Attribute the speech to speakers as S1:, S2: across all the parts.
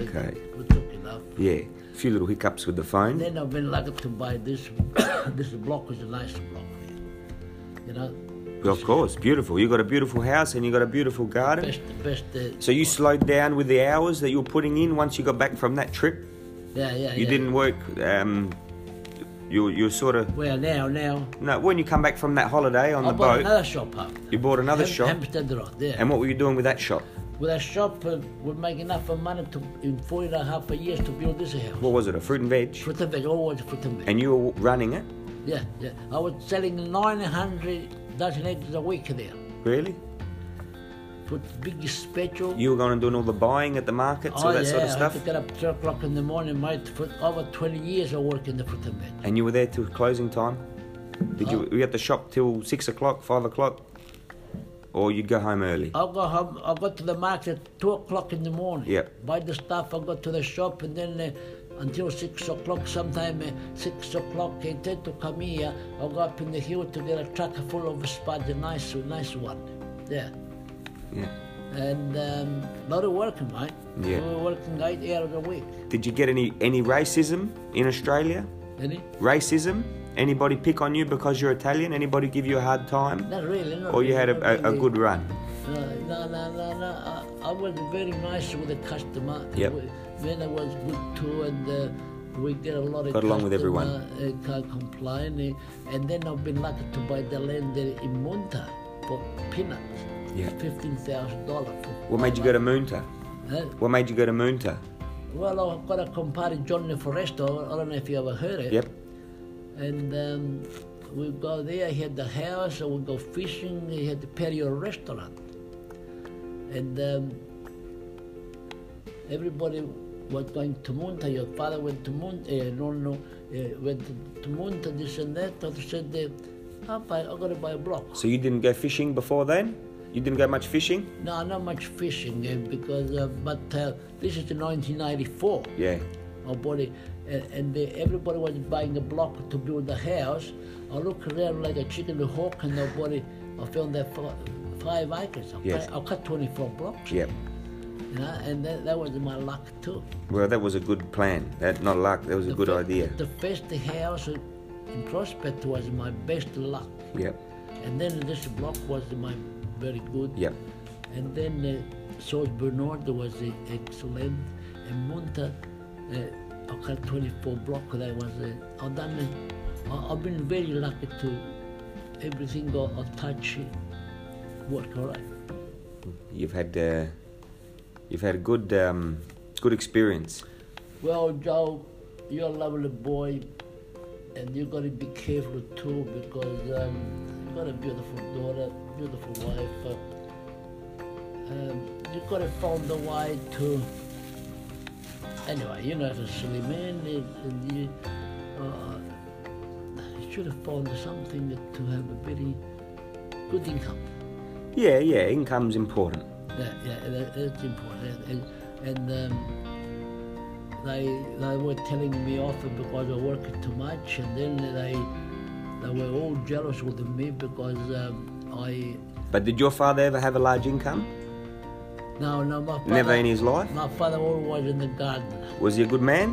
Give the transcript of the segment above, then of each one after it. S1: Okay.
S2: We took it off.
S1: Yeah. A few little hiccups with the phone.
S2: Then I went like to buy this. this block is a nice block. You know.
S1: Well, of course, beautiful. You got a beautiful house and you got a beautiful garden.
S2: Best, best. Uh,
S1: So you slowed down with the hours that you were putting in once you got back from that trip.
S2: yeah, yeah.
S1: You
S2: yeah.
S1: didn't work. Um, you you sort of
S2: Well, now, now.
S1: no. When you come back from that holiday on
S2: I
S1: the
S2: bought
S1: boat,
S2: another shop up.
S1: you bought another shop.
S2: Hampstead Road, yeah.
S1: and what were you doing with that shop?
S2: With a shop, uh, we make enough of money to in four and a half years to build this house.
S1: What was it? A fruit and veg.
S2: Fruit and veg, always fruit and veg.
S1: And you were running it.
S2: yeah, yeah. I was selling 900 dozen eggs a week there.
S1: Really?
S2: With big special.
S1: You were going and doing all the buying at the markets, all that
S2: Oh, yeah,
S1: sort of
S2: I had
S1: stuff.
S2: to get up 3 o'clock in the morning, mate. For over 20 years I work in the fruit and veg.
S1: And you were there till closing time. Did
S2: Oh.
S1: you? We at the shop till six o'clock, five o'clock, or you'd go home early.
S2: I go home, I go to the market at 2 o'clock in the morning.
S1: Yeah.
S2: Buy the stuff, I go to the shop, and then uh, until 6 o'clock, sometime uh, 6 o'clock, I tend to come here, I go up in the hill to get a truck full of spud, a nice, nice one. Yeah.
S1: Yeah.
S2: And um, lot of working, mate.
S1: Yeah.
S2: We were working eight hours a week.
S1: Did you get any any racism in Australia?
S2: Any?
S1: Racism? Anybody pick on you because you're Italian? Anybody give you a hard time?
S2: Not really. Not
S1: Or you had
S2: really, not
S1: a, a, a
S2: really.
S1: good run?
S2: No, no, no, no, no. I, I was very nice with the customer.
S1: Yep.
S2: We- Then I was good too, and uh, we get a lot of
S1: Got along with everyone.
S2: customer, Uh, can't complain. eh, And then I've been lucky to buy the land there in Munta for peanuts.
S1: Yeah.
S2: Fifteen thousand dollars.
S1: What made you go to Moonta? What made you go to Moonta?
S2: Well, I've got a compadre, Johnny Foresto. I don't know if you ever heard it.
S1: Yep.
S2: And um, we go there, he had the house, and we go fishing, he had the patio restaurant. And um, everybody was going to Munta. Your father went to Munta, uh, no, no, uh, went to- to Munta, this and that. But he said, uh, I'll buy, I'm going to buy a block.
S1: So you didn't go fishing before then? You didn't go much fishing?
S2: No, not much fishing, uh, because, uh, but uh, this is in 1994.
S1: Yeah.
S2: I bought it, and, and they, everybody was buying a block to build a house. I looked around like a chicken and hawk, and I bought it. I found that for five acres. I,
S1: Yes.
S2: cut, I cut 24 blocks,
S1: Yep.
S2: you know, and that, that was my luck too.
S1: Well, that was a good plan. That not luck. That was a
S2: The
S1: good
S2: fir-
S1: idea.
S2: The first house in Prospect was my best luck,
S1: Yep.
S2: and then this block was my very good.
S1: Yep.
S2: And then uh, South Bernard was uh, excellent, and Monta, uh, I got 24 block. That was uh, I've done. Uh, I- I've been very lucky to everything I, I touch uh, work all right.
S1: You've had uh, you've had a good um, good experience.
S2: Well, Joe, you're a lovely boy, and you got to be careful too because um, you got a beautiful daughter, beautiful wife. Uh, um, you got to find a way to. Anyway, you're not a silly man, and, and you, uh, you should have found something that- to have a very good income.
S1: Yeah, yeah. Income's important.
S2: Yeah, yeah, that, that's important. And, and, and um, they they were telling me often because I worked too much, and then they they were all jealous with me because um, I
S1: But did your father ever have a large income?
S2: no no my father,
S1: Never in his life.
S2: my father always in the garden.
S1: Was he a good man?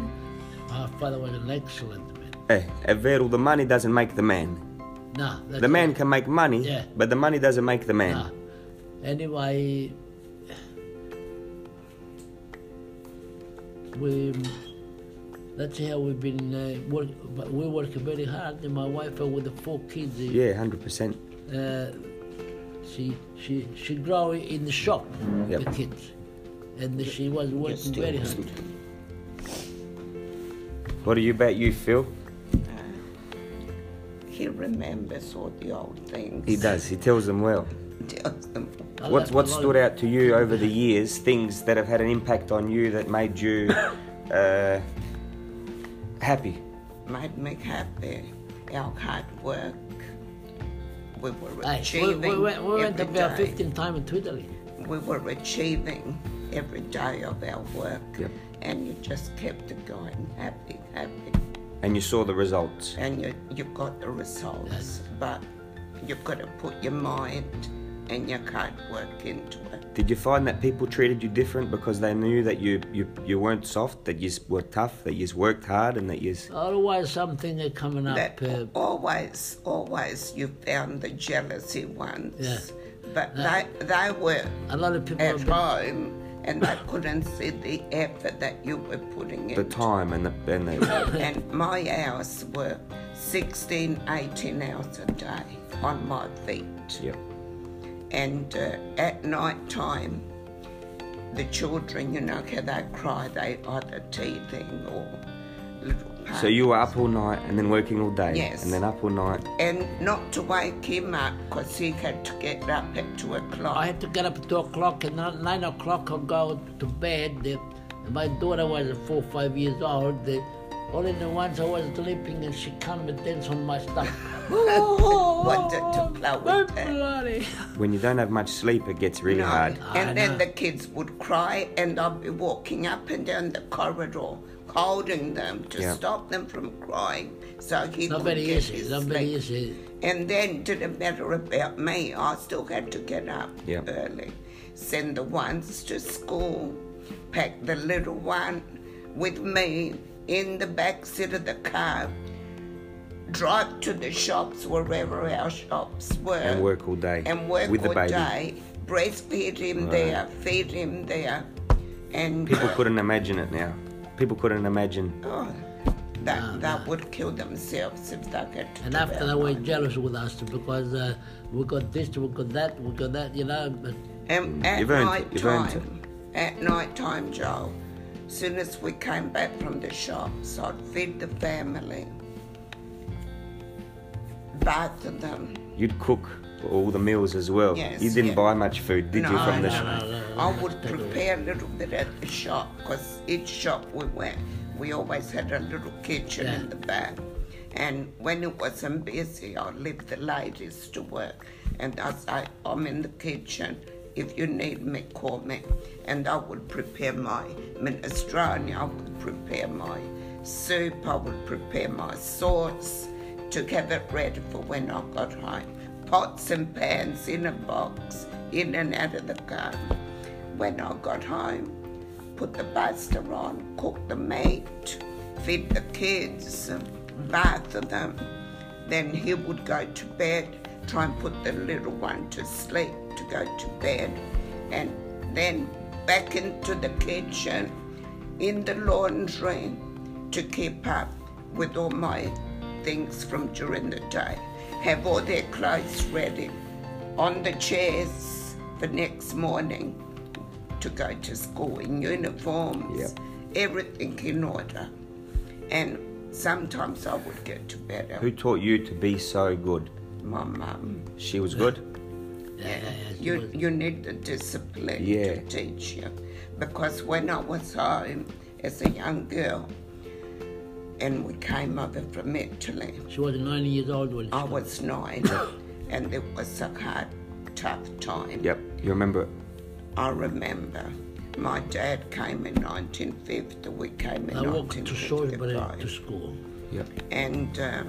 S2: My father was an excellent man.
S1: Eh, è vero, the money doesn't make the man.
S2: No, that's
S1: The man
S2: it.
S1: can make money,
S2: Yeah.
S1: but the money doesn't make the man.
S2: No. Ah. Anyway, we that's how we've been uh, work. But we work very hard. And my wife uh, with the four kids. uh,
S1: Yeah, hundred percent.
S2: uh, she she she grow in the shop
S1: Yep.
S2: the kids, and she was working very hard.
S1: What are you about, you Phil?
S3: He remembers all the old things.
S1: He does. He tells them well.
S3: Tells them.
S2: I
S1: What's
S2: left
S1: what
S2: a lot
S1: stood
S2: of-
S1: out to you over the years? Things that have had an impact on you that made you uh, happy.
S3: Made me happy. Our hard work. We were
S2: Aye, we,
S3: achieving.
S2: we went, we went
S3: every
S2: about
S3: day.
S2: fifteen times to Italy.
S3: We were achieving every day of our work.
S1: Yep.
S3: And you just kept it going, happy, happy.
S1: And you saw the results.
S3: And you, you got the results.
S2: Yes.
S3: But you've got to put your mind and your hard work into it.
S1: Did you find that people treated you different because they knew that you, you, you weren't soft, that you were tough, that you worked hard, and that you.
S2: Otherwise, something is coming up.
S3: That
S2: uh,
S3: always, always you found the jealousy ones.
S2: Yeah.
S3: But they, they were
S2: a lot of people.
S3: at
S2: have been-
S3: home and they couldn't see the effort that you were putting in.
S1: The time and the. And the
S3: and my hours were 16, 18 hours a day on my feet.
S1: yep.
S3: And uh, at night time, the children, you know, how they cry, they either teething or little
S1: So you were up all night and then working all day.
S3: Yes.
S1: And then up all night.
S3: And not to wake him up because he had to get up at 2 o'clock.
S2: I had to get up at two o'clock and at nine o'clock I'd go to bed. The- My daughter was four five years old. The, only the once I was sleeping and she come and dance on my stomach. Oh,
S3: wanted to play with them.
S2: Bloody.
S1: When you don't have much sleep, it gets really
S3: No.
S1: hard.
S2: I
S3: And
S2: know.
S3: then the kids would cry, and I'd be walking up and down the corridor, holding them to
S1: Yeah.
S3: stop them from crying, so he
S2: Not
S3: could
S2: very
S3: get
S2: easy,
S3: his
S2: not very
S3: sleep.
S2: easy.
S3: And then didn't matter about me. I still had to get up
S1: Yeah.
S3: early, send the ones to school, pack the little one with me in the back seat of the car. Drive to the shops wherever our shops were,
S1: And work all day.
S3: and work
S1: With the
S3: all
S1: baby.
S3: day. Breastfeed him there, feed him there, and
S1: People
S3: uh,
S1: couldn't imagine it now. People couldn't imagine.
S3: oh, that that would kill themselves if they get to
S2: And
S3: do
S2: after
S3: that.
S2: they were jealous with us because uh, we got this, we got that, we got that, you know. But
S3: And at
S1: Mm, You've earned it,
S3: night
S1: you've earned it.
S3: time, at night time, Joel, soon as we came back from the shops, I'd feed the family, bath them.
S1: You'd cook all the meals as well.
S3: Yes,
S1: you didn't
S3: yeah.
S1: buy much food, did you,
S3: No,
S1: from the
S3: no,
S1: shop?
S3: I would prepare a little bit at the shop because each shop we went, we always had a little kitchen in the back. And when it wasn't busy, I'd leave the ladies to work. And I'd say, I'm in the kitchen. If you need me, call me. And I would prepare my minestrone, I would prepare my soup, I would prepare my sauce to have it ready for when I got home. Pots and pans in a box, in and out of the car. When I got home, put the pasta on, cook the meat, feed the kids, bath them. Then he would go to bed, try and put the little one to sleep to go to bed, and then back into the kitchen, in the laundry, to keep up with all my things from during the day. Have all their clothes ready on the chairs the next morning to go to school in uniforms,
S1: Yep.
S3: everything in order. And sometimes I would get to bed
S1: Who
S3: at
S1: taught you to be so good?
S3: my mum.
S1: She was good?
S2: uh,
S3: You, you need the discipline
S1: Yeah.
S3: to teach you. Because when I was home as a young girl, and we came over from Italy,
S2: she was nine years old when she
S3: I was nine, and it was a hard, tough time.
S1: Yep, you remember it.
S3: I remember my dad came in 1950, we came in
S2: I walked to Salisbury
S3: 1955.
S2: to school.
S1: Yep.
S3: and uh,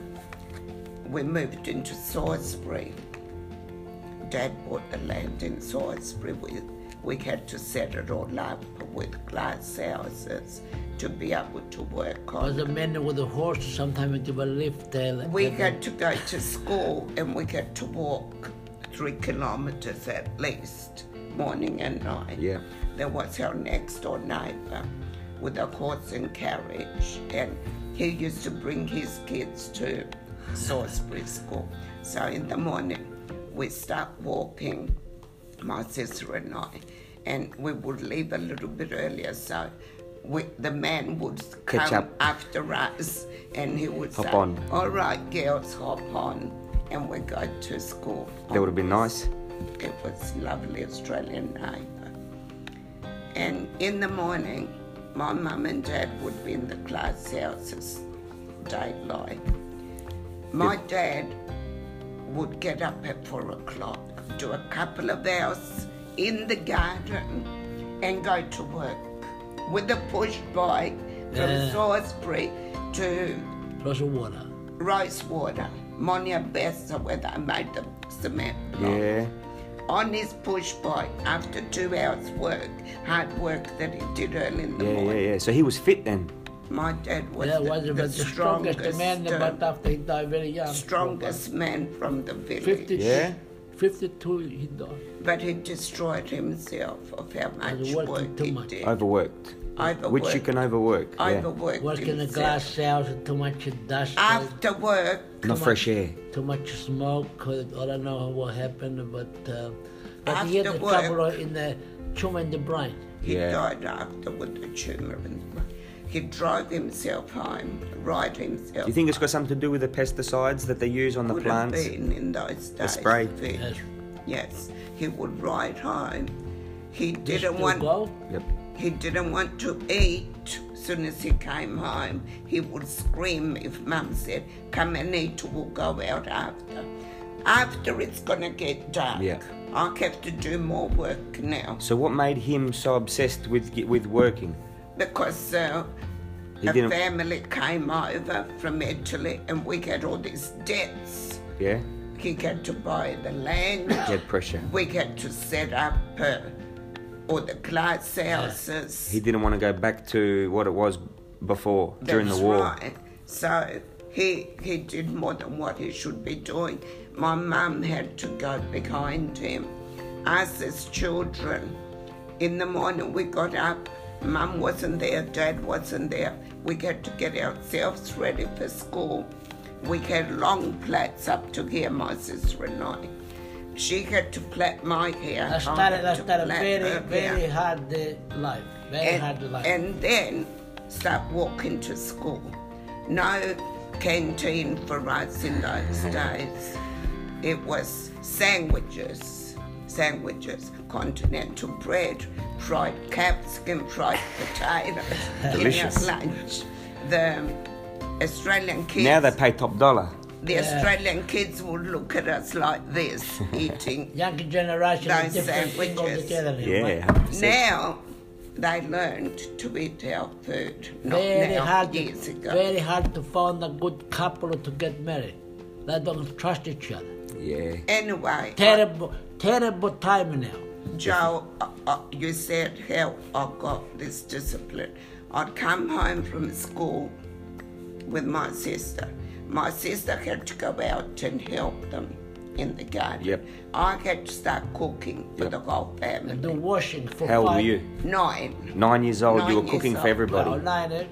S3: we moved into Salisbury. Dad bought the land in Salisbury. We, we had to set it all up with glass houses to be able to work
S2: I was
S3: on.
S2: a
S3: it.
S2: man with a horse, sometimes I give a lift. Uh,
S3: We
S2: and-
S3: had to go to school and we had to walk three kilometres at least, morning and night.
S1: Yeah.
S3: There was our next door neighbour with a horse and carriage, and he used to bring his kids to Salisbury School. So in the morning, we start walking, my sister and I, and we would leave a little bit earlier so. We, the man would
S1: Catch
S3: come
S1: up.
S3: after us and he would
S1: Hop
S3: say,
S1: on.
S3: All right, girls, hop on. And we go to school.
S1: That would have been nice.
S3: It was lovely Australian neighbour. And in the morning, my mum and dad would be in the glass houses, daylight. My dad would get up at four o'clock, do a couple of hours in the garden, and go to work with a push bike from
S2: Yeah.
S3: Salisbury to
S2: Lots of water.
S3: Ricewater, Monia Bessa, where they made the cement block.
S1: Yeah.
S3: on his push bike after two hours work, hard work that he did early in the
S1: Yeah, yeah,
S3: morning.
S1: yeah. So he was fit then.
S3: My dad was
S2: Yeah,
S3: the,
S2: was
S3: the
S2: the, the strongest,
S3: strongest,
S2: man,
S3: uh,
S2: but after he died very young.
S3: strongest man from the village.
S2: 50,
S1: Yeah.
S2: 52 he died.
S3: But he destroyed himself of how much
S2: working
S3: work
S2: too
S3: he
S2: much.
S3: did.
S1: Overworked.
S3: Overworked.
S1: Which you can overwork. Yeah.
S3: Overworked
S2: Working in a
S3: himself.
S2: glass house, too much dust,
S3: Ah. After work,
S1: Not fresh air.
S2: too much smoke. I don't know what happened, but, uh, but he had
S3: After
S2: a
S3: Ah, work.
S2: trouble in the tumor in the brain.
S3: he
S1: Yeah.
S3: died after with a tumour in the brain. He drove himself home, ride himself.
S1: Do you think it's got something to do with the pesticides that they use on the
S3: would
S1: plants?
S3: have been in those days.
S1: spray.
S3: Vic.
S2: Yes.
S3: Yes, he would ride home. He
S2: Just
S3: didn't
S2: to
S3: want.
S2: go.
S1: Yep.
S3: He didn't want to eat. Soon as he came home, he would scream if Mum said, "Come and eat. We'll go out after. After it's gonna get dark.
S1: Yeah.
S3: I have to do more work now
S1: So what made him so obsessed with with working?
S3: because." Uh,
S1: He
S3: a
S1: didn't-
S3: family came over from Italy and we had all these debts.
S1: Yeah.
S3: He had to buy the land.
S1: Blood pressure.
S3: we had to set up uh, all the glass houses.
S1: He didn't want to go back to what it was before during the
S3: That's
S1: war.
S3: Right. So he he did more than what he should be doing. My mum had to go behind him. Us as children, in the morning we got up. Mum wasn't there. Dad wasn't there. We had to get ourselves ready for school. We had long plaits up to here, my sister and I. She had to plait my hair.
S2: I started, I
S3: had to
S2: started
S3: plait
S2: very,
S3: her hair
S2: very hard uh, life. Very hard
S3: and,
S2: life.
S3: and then start walking to school. No canteen for us in those days. It was sandwiches, sandwiches, continental bread, fried capsicum, fried potatoes,
S1: Delicious.
S3: in our lunch. The Australian kids
S1: Now they pay top dollar.
S3: the Australian kids would look at us like this eating
S2: Younger generation
S3: Those
S2: is different thing
S3: sandwiches.
S2: altogether. now,
S1: Yeah.
S2: right?
S1: 100%.
S3: Now they learned to eat our food. Not
S2: Very
S3: now,
S2: hard,
S3: years ago.
S2: very hard to find a good couple to get married. They don't trust each other.
S1: Yeah.
S3: Anyway,
S2: Terrible, terrible time now.
S3: Joe, uh, uh, you said how I got this discipline. I'd come home from school with my sister. My sister had to go out and help them in the garden.
S1: Yep.
S3: I had to start cooking for
S1: Yep.
S3: the whole family.
S2: The washing for
S1: How old
S2: five,
S1: were you?
S3: Nine.
S1: Nine years old.
S3: Nine
S1: you were
S3: years
S1: cooking for
S3: old.
S1: everybody.
S2: Well, nine, uh,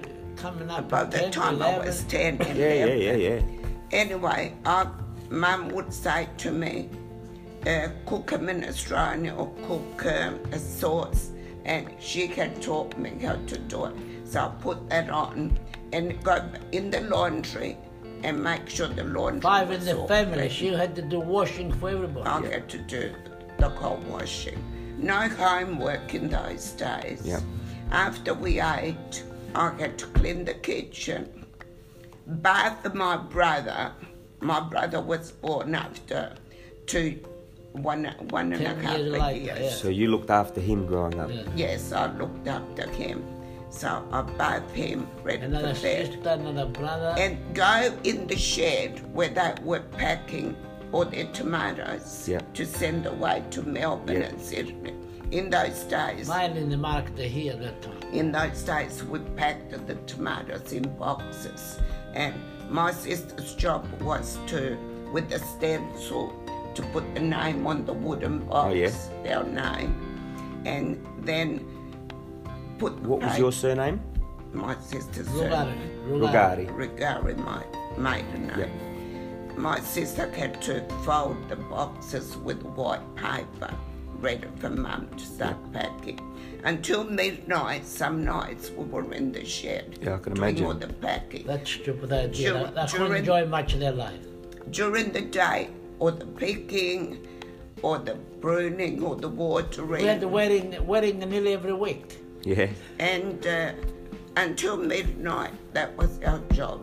S2: coming up.
S3: By the
S2: 10,
S3: time I
S2: 11.
S3: was 10 and
S1: yeah, yeah, yeah, yeah.
S3: Anyway, our mum would say to me, uh, cook a minestrone or cook um, a sauce, and she had taught me how to do it. So I put that on and go in the laundry and make sure the laundry
S2: Five
S3: was
S2: in the
S3: all
S2: family.
S3: clean.
S2: She had to do washing for everybody.
S3: I had to do the car washing. No homework in those days.
S1: Yep.
S3: After we ate, I had to clean the kitchen, bath my brother. My brother was born after two, one, one and a
S2: Ten
S3: half
S2: years
S3: years.
S2: later, yeah.
S1: So you looked after him growing up.
S2: Yeah.
S3: Yes, I looked after him. So I bathed him, ready
S2: Another
S3: for bed
S2: sister, another brother.
S3: and go in the shed where they were packing all their tomatoes
S1: Yeah.
S3: to send away to Melbourne
S1: Yeah.
S3: and Sydney. In those days,
S2: Mine in the market here at that time.
S3: in those days, we packed the tomatoes in boxes, and my sister's job was to, with a stencil, to put the name on the wooden box,
S1: Oh, yeah.
S3: their name, and then put. the
S1: What was
S3: pa-
S1: your surname?
S3: My sister's
S2: Rugari. Rugari.
S1: Rugari.
S3: Regarding my maiden name. My sister had to fold the boxes with white paper, ready for mum to start packing. Until midnight, some nights we were in the shed.
S1: Yeah, I can
S3: doing
S1: imagine.
S3: all the packing.
S2: That's stupid idea.
S3: Dur-
S2: They- They couldn't
S3: during-
S2: enjoy much of their life.
S3: During the day, or the picking, or the pruning, or the watering.
S2: We had the wedding, wedding nearly every week.
S1: Yeah.
S3: and uh, until midnight, that was our job.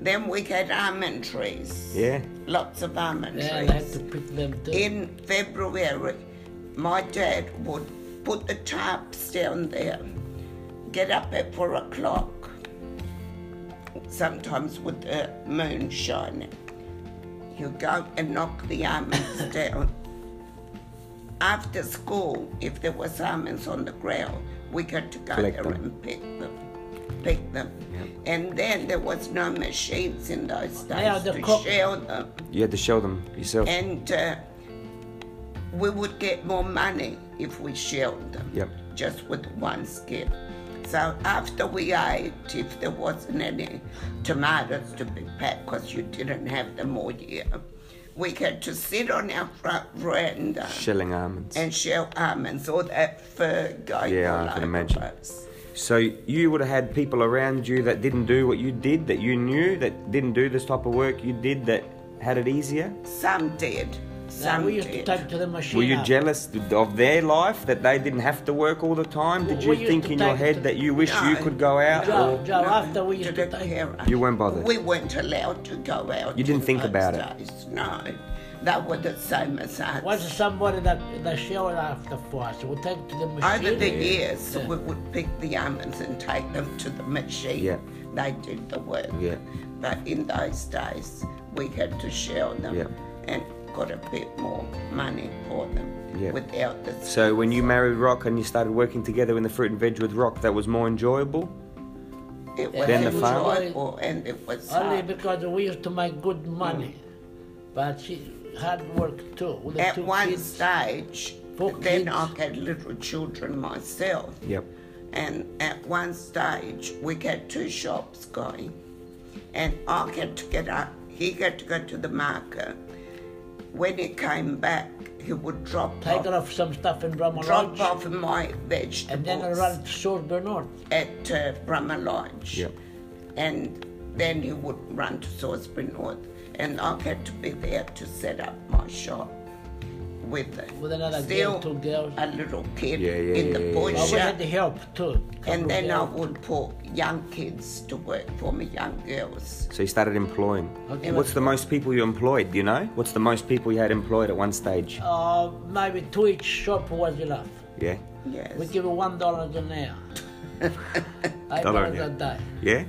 S3: Then we had almond trees.
S1: Yeah.
S3: Lots of almond
S2: Yeah,
S3: trees.
S2: they had to pick them too.
S3: in February, my dad would put the tarps down there, get up at four o'clock, sometimes with the moon shining. He'll go and knock the almonds down. after school, if there was almonds on the ground, we got together
S1: them.
S3: and pick them. Pick them. And then there was no machines in those
S2: Now
S3: days
S2: the
S3: to
S2: cook-
S3: shell them.
S1: You had to shell them yourself.
S3: And uh, we would get more money if we shelled them.
S1: Yep.
S3: Just with one skin. So after we ate, if there wasn't any tomatoes to be packed because you didn't have them all year, we had to sit on our front veranda
S1: Shelling almonds.
S3: and shell almonds or that fur going
S1: Yeah, I
S3: all
S1: can
S3: over
S1: imagine.
S3: us.
S1: So you would have had people around you that didn't do what you did, that you knew, that didn't do this type of work you did, that had it easier.
S3: Some did.
S2: Now,
S3: Some
S2: we used to
S3: did.
S2: take to the machine.
S1: Were you
S2: after.
S1: jealous of their life that they didn't have to work all the time? Did
S2: We
S1: you
S2: used
S1: think
S2: to
S1: in your
S2: take
S1: head
S2: the-
S1: that you wish you
S3: No.
S1: could go out?
S2: No.
S1: Or
S2: Joe, after we
S3: to
S2: used to
S3: the
S2: take-
S3: carer.
S1: You weren't bothered?
S3: We weren't allowed to go out.
S1: You didn't
S3: in
S1: think
S3: those
S1: about it?
S3: days, No, that was the same as us.
S2: Was somebody that the shower after for us? We take to the machine.
S3: Over the years,
S2: Yeah.
S3: we would pick the almonds and take them to the machine.
S1: Yeah.
S3: They did the work.
S1: Yeah.
S3: But in those days, we had to shell them
S1: Yeah.
S3: and got a bit more money for them
S1: Yeah.
S3: without the.
S1: so when you married Rock and you started working together in the fruit and veg with Rock, that was more enjoyable.
S3: it was
S1: Then the farm-
S3: enjoyable and it was
S2: Only
S3: hard.
S2: because we used to make good
S3: mm.
S2: money. But she hard work too. With the
S3: At
S2: two
S3: one
S2: kids.
S3: stage,
S2: Four
S3: then
S2: kids.
S3: I had little children myself.
S1: Yep.
S3: And at one stage, we had two shops going. And I had to get up, he had to go to the market. When he came back, he would drop
S2: Take
S3: off,
S2: off some stuff in Brahma
S3: drop
S2: Lodge.
S3: off my
S2: And
S3: vegetables
S2: then I run to South Bernard.
S3: at uh, Brahma Lodge.
S1: Yep.
S3: And then he would run to Salisbury North. And I had to be there to set up my shop with, uh,
S2: With another
S3: still
S2: girl, two girls.
S3: a little kid
S1: Yeah, yeah,
S3: in
S1: yeah,
S3: the
S1: yeah,
S3: bush.
S2: Well, we had the help too.
S3: And
S2: Couple
S3: then I
S2: girls.
S3: would put young kids to work for me, young girls.
S1: So you started employing.
S2: Okay.
S1: What's the most people you employed? Do you know? What's the most people you had employed at one stage?
S2: Uh, maybe two each shop was enough.
S1: Yeah.
S3: Yes.
S2: We give you one dollar an hour. I
S1: Dollar
S2: dollars
S1: an hour.
S2: a day.
S1: Yeah.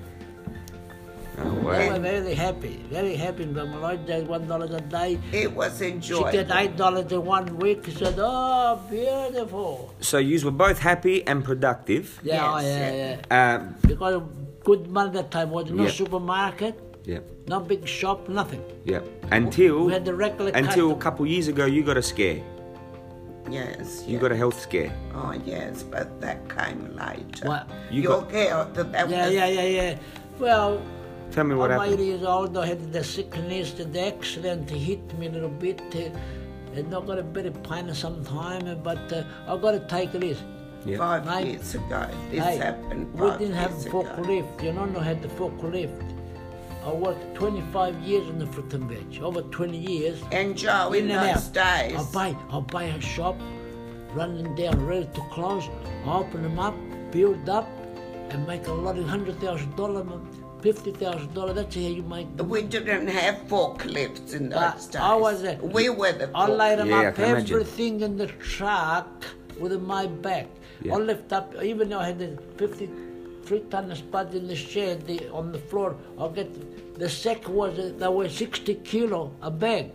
S1: Oh
S2: We
S1: wow.
S2: were very happy, very happy in Brahma Lodge. There's one dollar a day.
S3: It was
S2: She uh,
S3: enjoyable.
S2: get eight dollars in one week. She said, "Oh, beautiful."
S1: So you were both happy and productive.
S2: Yeah, oh,
S3: Yes,
S2: yeah,
S3: yeah.
S2: yeah.
S1: Um,
S2: Because good money that time was no
S1: Yeah.
S2: supermarket,
S1: yep.
S2: no big shop, nothing.
S1: Yep. Until
S2: We had the regular
S1: until a
S2: custom-
S1: couple years ago, you got a scare.
S3: Yes.
S1: You
S3: yeah.
S1: got a health scare.
S3: Oh, yes, but that came later.
S2: What?
S1: You
S3: Your
S1: got-
S3: girl, that, that
S2: Yeah,
S3: was
S2: yeah, yeah, yeah. Well,
S1: Tell me what
S2: I'm
S1: happened.
S2: 80 years old. I had the sickness, the accident hit me a little bit. Uh, and I got a bit of pain sometime, uh, but uh, I got to take this.
S1: Yeah.
S3: five
S2: Mate.
S3: years ago. This
S2: Hey,
S3: happened
S2: we
S3: five
S2: didn't have
S3: years ago.
S2: forklift. You know, no had the forklift. I worked 25 years in the fruit and veg, over 20 years.
S3: And Joe, in,
S2: In and out.
S3: those
S2: Oh,
S3: days,
S2: I'll buy, I'll buy a shop, running down ready to close. I open them up, build up, and make a lot of hundred thousand dollar, fifty thousand dollar. That's how you make.
S3: we didn't have forklifts in
S2: But
S3: those days.
S2: I was a-
S3: we were the
S2: I laid them
S1: Yeah, I
S2: up
S1: can imagine.
S2: everything in the truck with my back.
S1: Yeah.
S2: I lift up even though I had the fifty three ton spot in the shed the, on the floor. I get the sack was uh, they were sixty kilo a bag.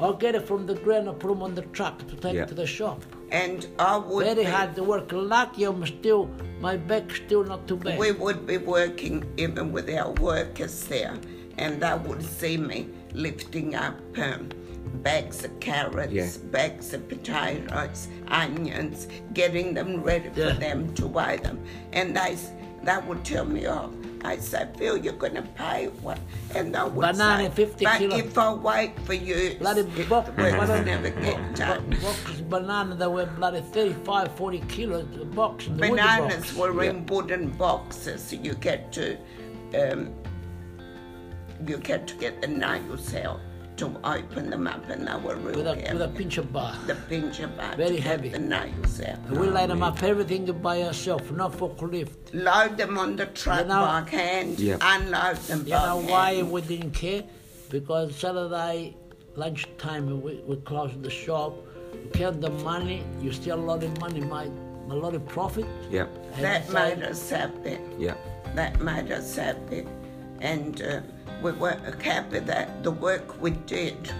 S2: I'll get it from the ground and put them on the truck to take
S1: Yeah.
S2: to the shop.
S3: and I would
S2: Very
S3: be-
S2: hard to work. Lucky I'm still, my back still not too bad.
S3: we would be working even with our workers there, and they would see me lifting up um, bags of carrots,
S1: Yeah.
S3: bags of potatoes, onions, getting them ready for
S2: Yeah.
S3: them to weigh them, and they s- they would tell me off. I say, Phil, you're gonna pay what? And I would
S2: Banana,
S3: say,
S2: 50
S3: but
S2: kilo."
S3: if I wait for you,
S2: Bloody Mm-hmm.
S3: it-
S2: box-
S3: the work's
S2: banana.
S3: never get done.
S2: Boxes of banana, they were bloody 35, 40 kilos a box. In the wooden
S3: Bananas
S2: box.
S3: were in wooden boxes. You get to, um, you get to get the nails out to open them up, and they were real
S2: with a,
S3: heavy.
S2: with a pinch of bar.
S3: the pinch about
S2: Very
S3: to
S2: heavy.
S3: Get the nails out.
S2: we laid them up everything by ourselves, no forklift.
S3: Load them on the truck
S2: You know-
S3: by hand.
S1: Yeah.
S3: Unload them
S2: You
S3: by
S2: know
S3: hand.
S2: why we didn't care? Because Saturday lunchtime we, we closed the shop, you count the money, you see a lot of money, mate, a lot of profit.
S1: Yep.
S2: And
S3: That
S2: so-
S3: made us happy.
S1: Yep.
S3: That made us happy, and uh, we were happy that the work we did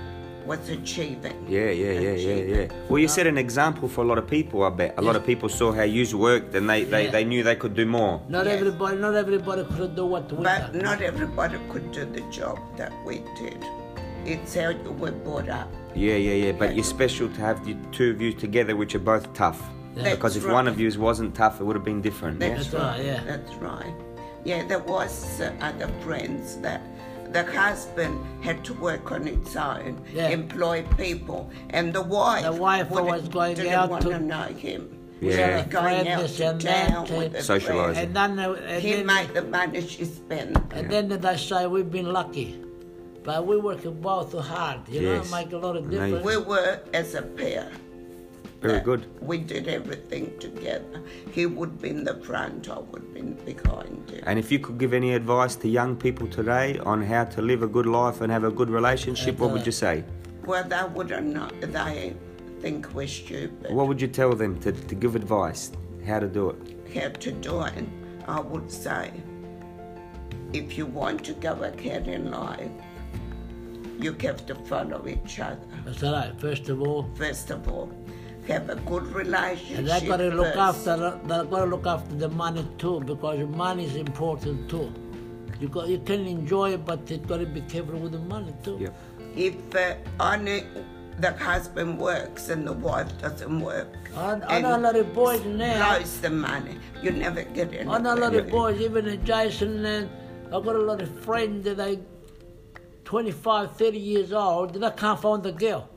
S3: was achieving.
S1: Yeah, yeah, yeah, yeah, yeah. Well, you set an example for a lot of people. I bet a lot of people saw how you worked, and they, they,
S2: Yeah.
S1: they knew they could do more.
S2: Not
S3: Yes.
S2: everybody, not everybody could do what we
S3: But
S2: done.
S3: not everybody could do the job that we did. It's how you were brought up.
S1: Yeah, yeah, yeah. But you're special to have the two of you together, which are both tough.
S2: Yeah.
S1: Because if
S3: That's right.
S1: one of you wasn't tough, it would have been different. Yeah.
S3: That's,
S2: That's right, yeah.
S3: That's right. Yeah, there was uh, other friends that the husband had to work on its own,
S2: Yeah.
S3: employ people, and the wife.
S2: The wife
S3: wouldn't-
S2: was going
S3: didn't
S2: out
S3: want to,
S2: to-
S3: know him.
S1: Yeah.
S3: Going out
S2: Friends
S3: to
S2: and that
S3: town
S2: to-
S3: with a
S1: Socialise.
S2: And
S3: friend.
S2: then, uh, and
S3: He
S2: then,
S3: made the money she spent.
S2: and then they say we've been lucky, but we work both hard. You
S1: Yes.
S2: know, make a lot of
S1: Amazing.
S2: difference.
S3: We were as a pair.
S1: Very
S3: that
S1: good.
S3: We did everything together. He would be in the front, I would be behind him.
S1: And if you could give any advice to young people today on how to live a good life and have a good relationship, what would you say?
S3: Well, they wouldn't know. They think we're stupid.
S1: What would you tell them to, to give advice how to do it?
S3: how to do it, I would say if you want to go ahead in life, you have to follow each other.
S2: That's all right. First of all,
S3: First of all, have a good relationship.
S2: and they got to look
S3: first.
S2: after. They got to look after the money too, because money is important too. You got, you can enjoy it, but you got to be careful with the money too.
S1: Yep.
S3: If uh, only the husband works and the wife doesn't work,
S2: I, I
S3: and
S2: know a lot of boys now.
S3: blows the money, you never get
S2: I
S3: anywhere.
S2: know a lot of boys, even in Jason and I've got a lot of friends that they 25, 30 years old, they can't find the girl.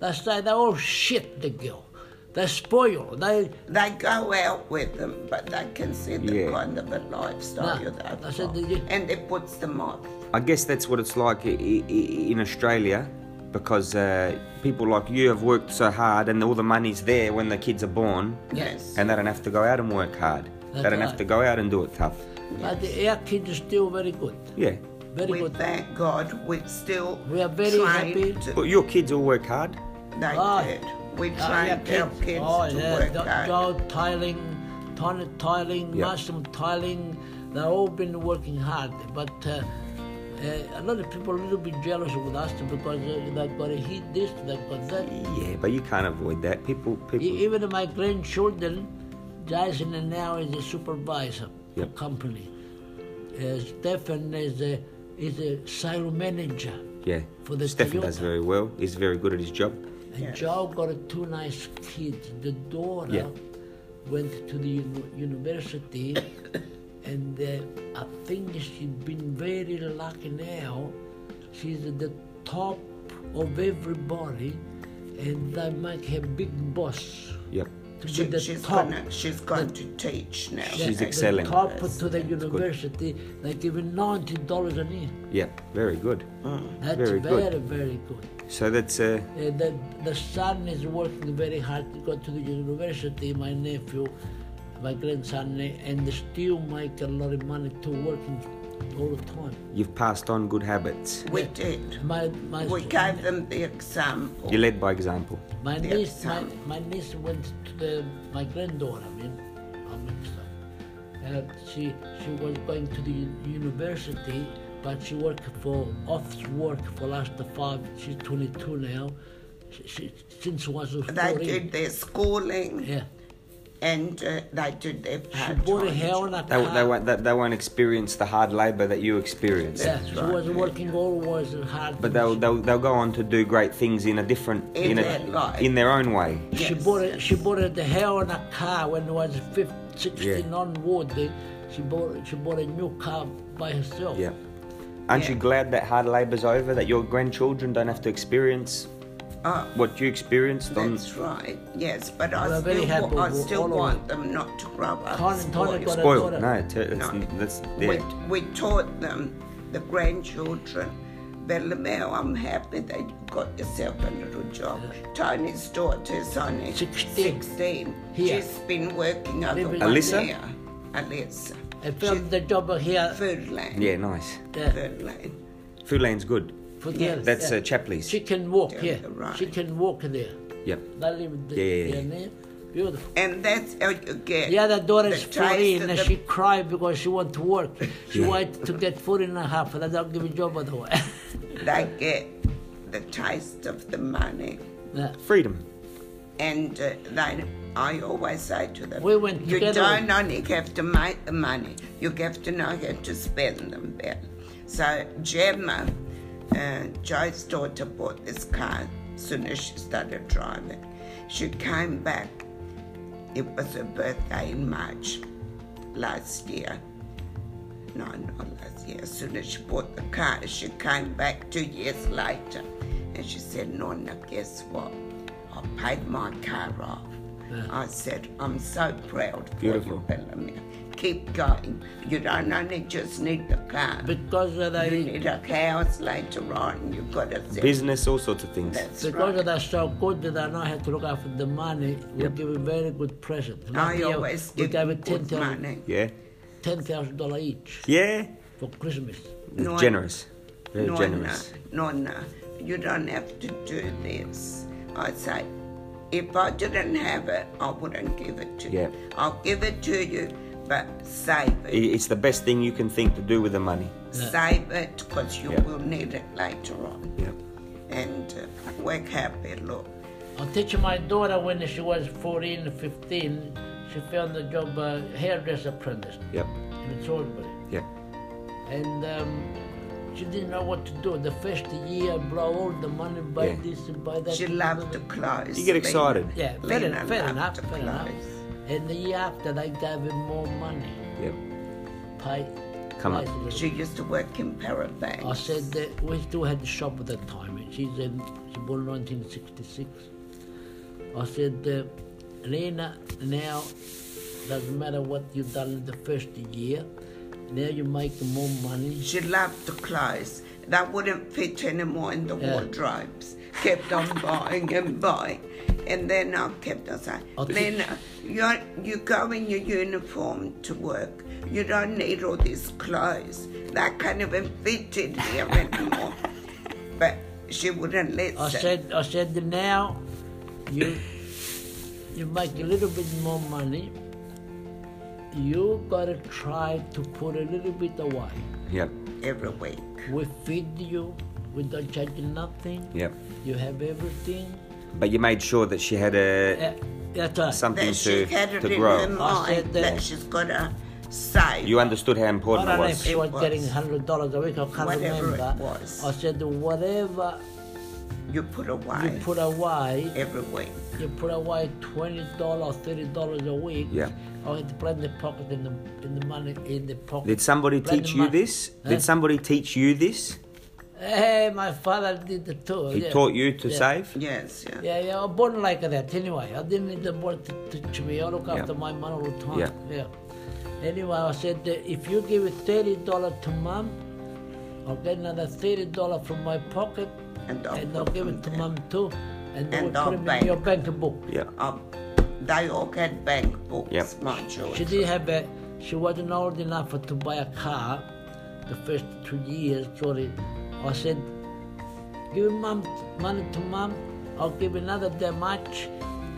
S2: They say they all shit the girl. They spoil. They
S3: They go out with them, but they can see the
S1: Yeah.
S3: kind of a lifestyle
S2: No,
S3: you have.
S2: I said,
S3: got.
S2: "Did you-"
S3: and it puts them off.
S1: I guess that's what it's like i- i- in Australia because uh, people like you have worked so hard and all the money's there when the kids are born
S3: Yes.
S1: and they don't have to go out and work hard. they
S2: That's
S1: don't have
S2: right.
S1: to go out and do it tough.
S2: but the, our kids are still very good.
S1: Yeah.
S2: Very
S3: we
S2: good.
S3: thank God we still
S2: We are very
S3: trained
S2: happy.
S3: to-
S1: But your kids all work hard.
S3: they
S2: Oh.
S3: did. We
S2: Uh,
S3: trained
S2: yeah,
S3: our kids
S2: oh,
S3: to
S2: yeah,
S3: work
S2: go-
S3: hard.
S2: go tiling, ton- tiling,
S1: Yeah.
S2: mushroom tiling. They've all been working hard, but uh, uh, a lot of people are a little bit jealous with us because uh, they've got to hit this, they've got that.
S1: Yeah, but you can't avoid that. People, people.
S2: E- Even my grandchildren, Jason and now is a supervisor
S1: Yep.
S2: of company. Uh, Stefan is a is a sale manager,
S1: yeah.
S2: for the
S1: Stefan does
S2: Toyota.
S1: very well. He's very good at his job.
S2: and Joe got two nice kids. The daughter
S1: Yeah.
S2: went to the uni- university, and uh, I think she's been very lucky now. She's at the top of everybody, and they make her big boss.
S1: Yep.
S2: To
S3: She-
S2: be the
S3: she's
S2: top.
S3: gonna, she's going to teach now.
S1: She's
S2: the
S1: excelling.
S2: Top to the university, they give you ninety dollars an year.
S1: Yep. Very good.
S2: That's
S1: Very
S2: very,
S1: good.
S2: very, good.
S1: So that's uh,
S2: Uh, the the son is working very hard to go to the university. My nephew, my grandson, and they still make a lot of money to working all the time.
S1: you've passed on good habits.
S3: We did.
S2: My my
S3: We gave them the example.
S1: You led by example.
S2: My
S3: Yeah,
S2: niece, my,
S3: Sam.
S2: my niece went to the my granddaughter. I mean, I mixed up. Uh, she she was going to the u- university, but she worked for off work for last five. She's 22 now. She, she since was a
S3: They
S2: fourteen.
S3: did their schooling
S2: Yeah,
S3: and uh, they did their
S2: she
S3: part
S2: bought a hair
S3: time.
S2: on a
S1: They,
S2: car.
S1: won't- they, won't, they, they won't experience the hard labour that you experienced.
S2: yeah, she was working always hard.
S1: But they'll, they'll, they'll go on to do great things in a different
S3: In
S1: a,
S3: their life.
S1: in their own way.
S2: She
S3: Yes,
S2: bought it. She bought it the hair on a car when it was 15, 16
S1: Yeah.
S2: onward. They- She bought she bought a new car by herself.
S1: Yeah. Aren't you glad that hard labour's over? That your grandchildren don't have to experience
S2: Ah.
S3: Oh,
S1: what you experienced on.
S3: that's right. Yes, but
S2: We
S3: I
S2: are very
S3: still, wa-
S2: happy
S3: I
S2: with
S3: still
S2: all of
S3: want them not to grow up.
S2: Tony- Tony
S3: spoiled.
S2: got a-
S1: Spoiled.
S2: daughter.
S1: No, it's, it's,
S3: No.
S1: that's yeah.
S3: We, we taught them, the grandchildren, Bellamel, I'm happy that you got yourself a little job. Tony's daughter's only
S2: Sixteen.
S3: 16.
S2: Here.
S3: She's been working over
S2: Living-
S3: one
S1: Alyssa?
S3: year. Alyssa.
S2: I found the job here.
S3: Food lane.
S1: yeah, nice.
S2: Yeah,
S3: Food lane.
S1: Foodland's good.
S2: for
S3: Yeah,
S2: the-
S1: That's
S2: yeah.
S1: uh, Chapley's.
S2: She can walk,
S3: Yeah,
S2: yeah.
S3: right.
S2: She can walk there.
S1: Yep.
S2: They live there.
S1: Yeah, yeah, yeah.
S2: there. Beautiful.
S3: And that's how you get.
S2: The other daughter is
S3: the taste
S2: 14
S3: of
S2: and
S3: the-
S2: she cried because she want to work. She
S1: Yeah.
S2: wanted to get 14 and a half and I don't give a job otherwise.
S3: They get the taste of the money.
S2: Yeah.
S1: Freedom.
S3: And uh, then I always say to them,
S2: We went
S3: you
S2: together.
S3: don't only have to make the money, you have to know how to spend them better. So Gemma, uh, Joe's daughter, bought this car as soon as she started driving. She came back, it was her birthday in March last year. No, not last year. As soon as she bought the car, she came back two years later and she said, Nonna, guess what? I paid my car off. I said, I'm so proud
S1: Beautiful.
S3: for you, Bellamere. Keep going. You don't only just need the car.
S2: Because of
S3: you
S2: they
S3: need a house later on. You've got to set
S1: Business, all sorts of things.
S3: That's
S2: because
S3: right.
S2: they're so good that I know how to look after the money, we give a very good present.
S3: I
S2: Maybe
S3: always
S2: we
S3: give
S2: gave it
S3: good money.
S1: Yeah.
S2: ten thousand dollar each
S1: Yeah.
S2: for Christmas.
S3: No, I-
S1: generous. Very
S3: no,
S1: generous.
S3: No, no, you don't have to do this. I say, if I didn't have it, I wouldn't give it to
S1: Yeah.
S3: you. I'll give it to you, but save
S1: I-
S3: it.
S1: It's the best thing you can think to do with the money.
S3: Save it because you
S1: Yeah.
S3: will need it later on.
S1: Yeah.
S3: And uh, work happy, look.
S2: I teach my daughter when she was 14, 15, she found the job uh, hairdresser apprentice
S1: Yep.
S2: in Salisbury.
S1: Yep.
S2: And um, she didn't know what to do. The first year, blow all the money, buy
S1: Yeah.
S2: this and buy that.
S3: She loved the clothes.
S1: You get excited.
S2: Yeah, fair,
S3: Lena
S2: en- fair
S3: loved
S2: enough,
S3: the
S2: fair enough.
S3: clothes.
S2: And the year after, they gave her more money.
S1: Yep.
S2: Pay.
S1: Come on.
S2: pay-
S3: She used to work in Parabanks.
S2: I said that we still had the shop at that time. and She's um, she born 1966. I said, uh, Lena, now doesn't matter what you've done in the first year. Now you make more money.
S3: She loved the clothes that wouldn't fit anymore in the
S2: Yeah.
S3: wardrobes. Kept on buying and buying. And then I kept on saying,
S2: I think-
S3: Lena, you you go in your uniform to work. You don't need all these clothes. That can't even fit in here anymore. but she wouldn't listen.
S2: I said, I said, now you you make a little bit more money. You gotta try to put a little bit away.
S1: Yep.
S3: Every week.
S2: We feed you. We don't charge you nothing.
S1: Yep.
S2: You have everything.
S1: But you made sure that she had a
S2: Yeah, that's right.
S1: something
S3: That she
S1: to
S3: had it
S1: to
S3: in her
S1: grow.
S3: mind
S2: said
S3: that,
S2: that-
S3: she's got to save.
S1: You understood how
S2: I
S1: important it
S2: don't know if
S1: was.
S2: she
S3: It
S2: was
S3: was.
S2: getting hundred dollars a week. I can't
S3: Whatever it
S2: remember.
S3: was.
S2: I said whatever
S3: you put away
S2: you put away,
S3: every week.
S2: you put away twenty dollars, thirty dollars a week.
S1: Yeah.
S2: I had to put in the pocket in the in the money in the pocket.
S1: Did somebody
S2: Blend
S1: teach
S2: the
S1: you
S2: money.
S1: this?
S2: Huh?
S1: Did somebody teach you this?
S2: Hey, Eh, my father did the
S3: Oh,
S2: tour.
S1: He
S2: yeah.
S1: taught you to
S2: yeah.
S1: save?
S3: Yes, yeah.
S2: Yeah, yeah. I was born like that anyway. I didn't need the board to teach me. I look
S1: Yeah.
S2: after my money all the time.
S1: Yeah.
S2: Anyway, I said that if you give it thirty dollar to mom, I'll get another thirty dollar from my pocket,
S3: And I'll
S2: and
S3: put
S2: I'll give
S3: them
S2: it to
S3: there.
S2: mom too, and,
S3: And
S2: we'll
S3: I'll
S2: put it
S3: bank.
S2: in your bank book.
S1: Yeah.
S3: Um, they all get bank books,
S1: Yep.
S3: my children.
S2: She did have a. She wasn't old enough to buy a car. The first two years, sorry, I said, give mom money to mom. I'll give another that much,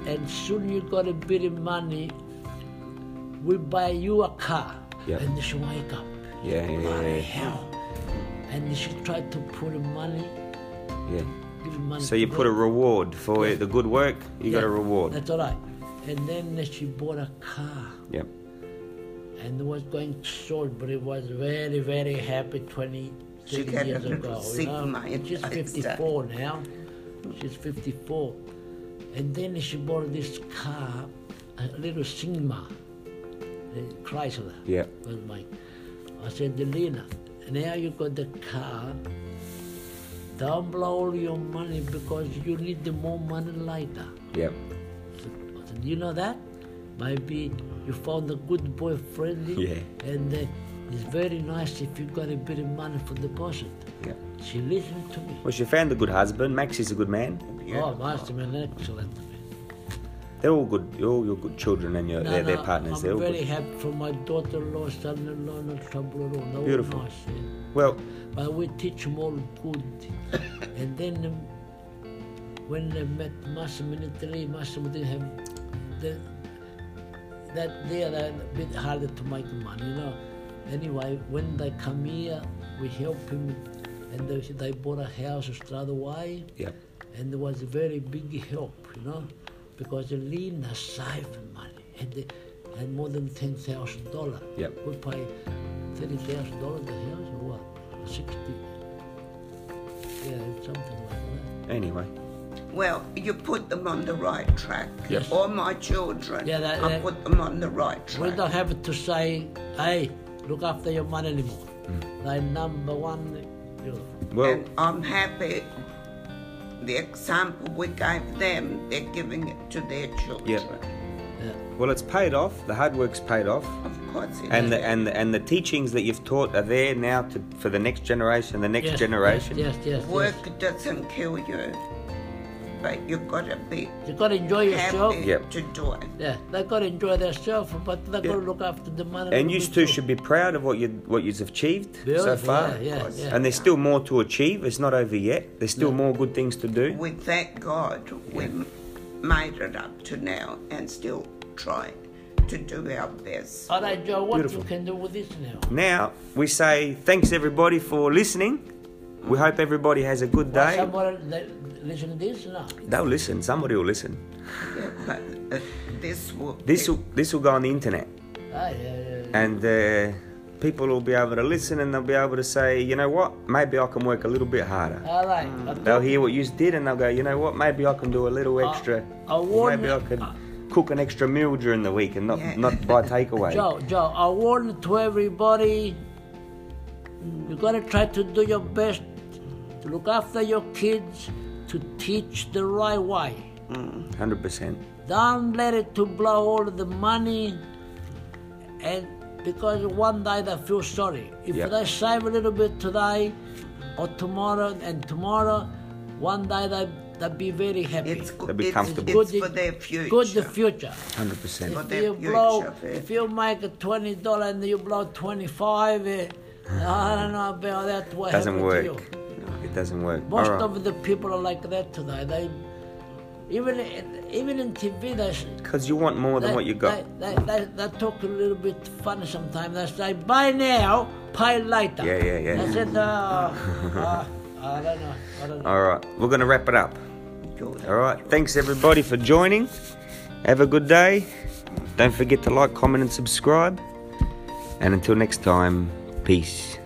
S2: and soon you got a bit of money. We buy you a car,
S1: Yeah.
S2: and she wake up.
S1: Yeah, yeah, yeah,
S2: Bloody
S1: yeah.
S2: hell! And she tried to put money,
S1: Yeah.
S2: give money.
S1: So you
S2: to
S1: put a
S2: her.
S1: reward for the good work, you got a
S2: Yeah,
S1: reward.
S2: That's all right. And then she bought a car.
S1: Yep.
S2: and was going to Salisbury was very, very happy 20
S3: She
S2: 30
S3: had a
S2: years
S3: little
S2: ago. You
S3: sigma
S2: know?
S3: in
S2: She's
S3: her
S2: 54 now. She's 54. And then she bought this car, a little Sigma, a Chrysler.
S1: Yeah.
S2: Was my, I said, Delina, now you got the car. Don't blow all your money because you need the more money later.
S1: Yep.
S2: I said, you know that? Maybe you found a good boyfriend.
S1: Yeah.
S2: And uh, it's very nice if you got a bit of money for deposit.
S1: Yep.
S2: She listened to me.
S1: Well, she found a good husband. Max is a good man.
S2: Oh, Master an excellent man.
S1: They're all good. You're all your good children and your,
S2: No,
S1: they're their
S2: no,
S1: partners.
S2: I'm
S1: they're all
S2: very
S1: good.
S2: happy for my daughter-in-law, son-in-law, no trouble at all. No
S1: Beautiful.
S2: Nice, yeah.
S1: Well,
S2: But we teach them all good. and then um, when they met Master Military, Master didn't have the, that they are a bit harder to make money, you know. Anyway, when they come here, we help him and they, they bought a house in Stradaway,
S1: Yep.
S2: and it was a very big help, you know, because the Lynn has saved money, and they had more than ten thousand dollar.
S1: Yep.
S2: We pay thirty thousand dollars the house, or what? Sixty. Yeah, something like that.
S1: Anyway,
S3: Well, you put them on the right track.
S1: Yes.
S3: All my children,
S2: Yeah, that-
S3: I
S2: that-
S3: put them on the right
S2: We
S3: track.
S2: don't have to say, hey, look after your money anymore.
S1: Mm.
S2: They number one. Beautiful.
S1: well,
S3: and I'm happy the example we gave them, they're giving it to their children.
S2: Yeah.
S1: well, it's paid off. The hard work's paid off,
S3: Of course it
S1: and
S3: is.
S1: the and the, and the teachings that you've taught are there now to for the next generation, the next
S2: Yes,
S1: generation.
S2: Yes, yes, yes.
S3: Work doesn't kill you, but you gotta be
S2: You gotta enjoy yourself.
S3: happy
S1: Yep.
S3: to do it.
S2: Yeah, they gotta enjoy themselves, but they
S1: Yeah.
S2: gotta look after the money.
S1: And
S2: you
S1: you two should be proud of what you what you've achieved so
S2: Beautiful,
S1: far.
S2: yeah, yeah, yeah.
S1: And there's still more to achieve. It's not over yet. There's still more good things to do.
S3: We thank God we made it up to now and still trying to do our best.
S2: All right, Joe, what
S1: Beautiful.
S2: you can do with this now?
S1: Now we say thanks everybody for listening. We hope everybody has a good day.
S2: Someone they- listen to this now.
S1: They'll listen. Somebody will listen.
S3: Yeah, but, uh, this will
S1: This will this will go on the internet,
S2: Ah, yeah, yeah, yeah.
S1: and uh, people will be able to listen, and they'll be able to say, you know what, maybe I can work a little bit harder.
S2: All right.
S1: They'll hear what you did, and they'll go, you know what, maybe I can do a little extra.
S2: I warn-
S1: maybe I can cook an extra meal during the week and not
S3: Yeah.
S1: not buy takeaway.
S2: Joe, Joe, I warn to everybody. You gotta try to do your best to look after your kids, to teach the right way.
S1: Hundred percent.
S2: Don't let it to blow all the money, and because one day they feel sorry. If
S1: Yep.
S2: they save a little bit today, or tomorrow, and tomorrow, one day they they be very happy.
S3: It's good.
S1: They'll be
S3: it's,
S1: comfortable.
S3: it's for their future.
S2: Good the future.
S1: Hundred percent.
S3: But
S2: If
S3: their
S2: you
S3: future,
S2: blow,
S3: eh?
S2: if you make a twenty dollar and you blow twenty five, eh, I don't know about that. What
S1: Doesn't
S2: happened to
S1: work.
S2: you?
S1: It doesn't work.
S2: Most
S1: All right.
S2: of the people are like that today. They even in- even in TV they. s-
S1: Because you want more than
S2: they,
S1: what you got.
S2: They, they, they, they talk a little bit funny sometimes. They say, buy now, pay later.
S1: Yeah, yeah, yeah.
S2: I said, uh, uh, I don't know. I don't know.
S1: All right, we're going to wrap it up.
S3: Good.
S1: All right, thanks everybody for joining. Have a good day. Don't forget to like, comment, and subscribe. And until next time, peace.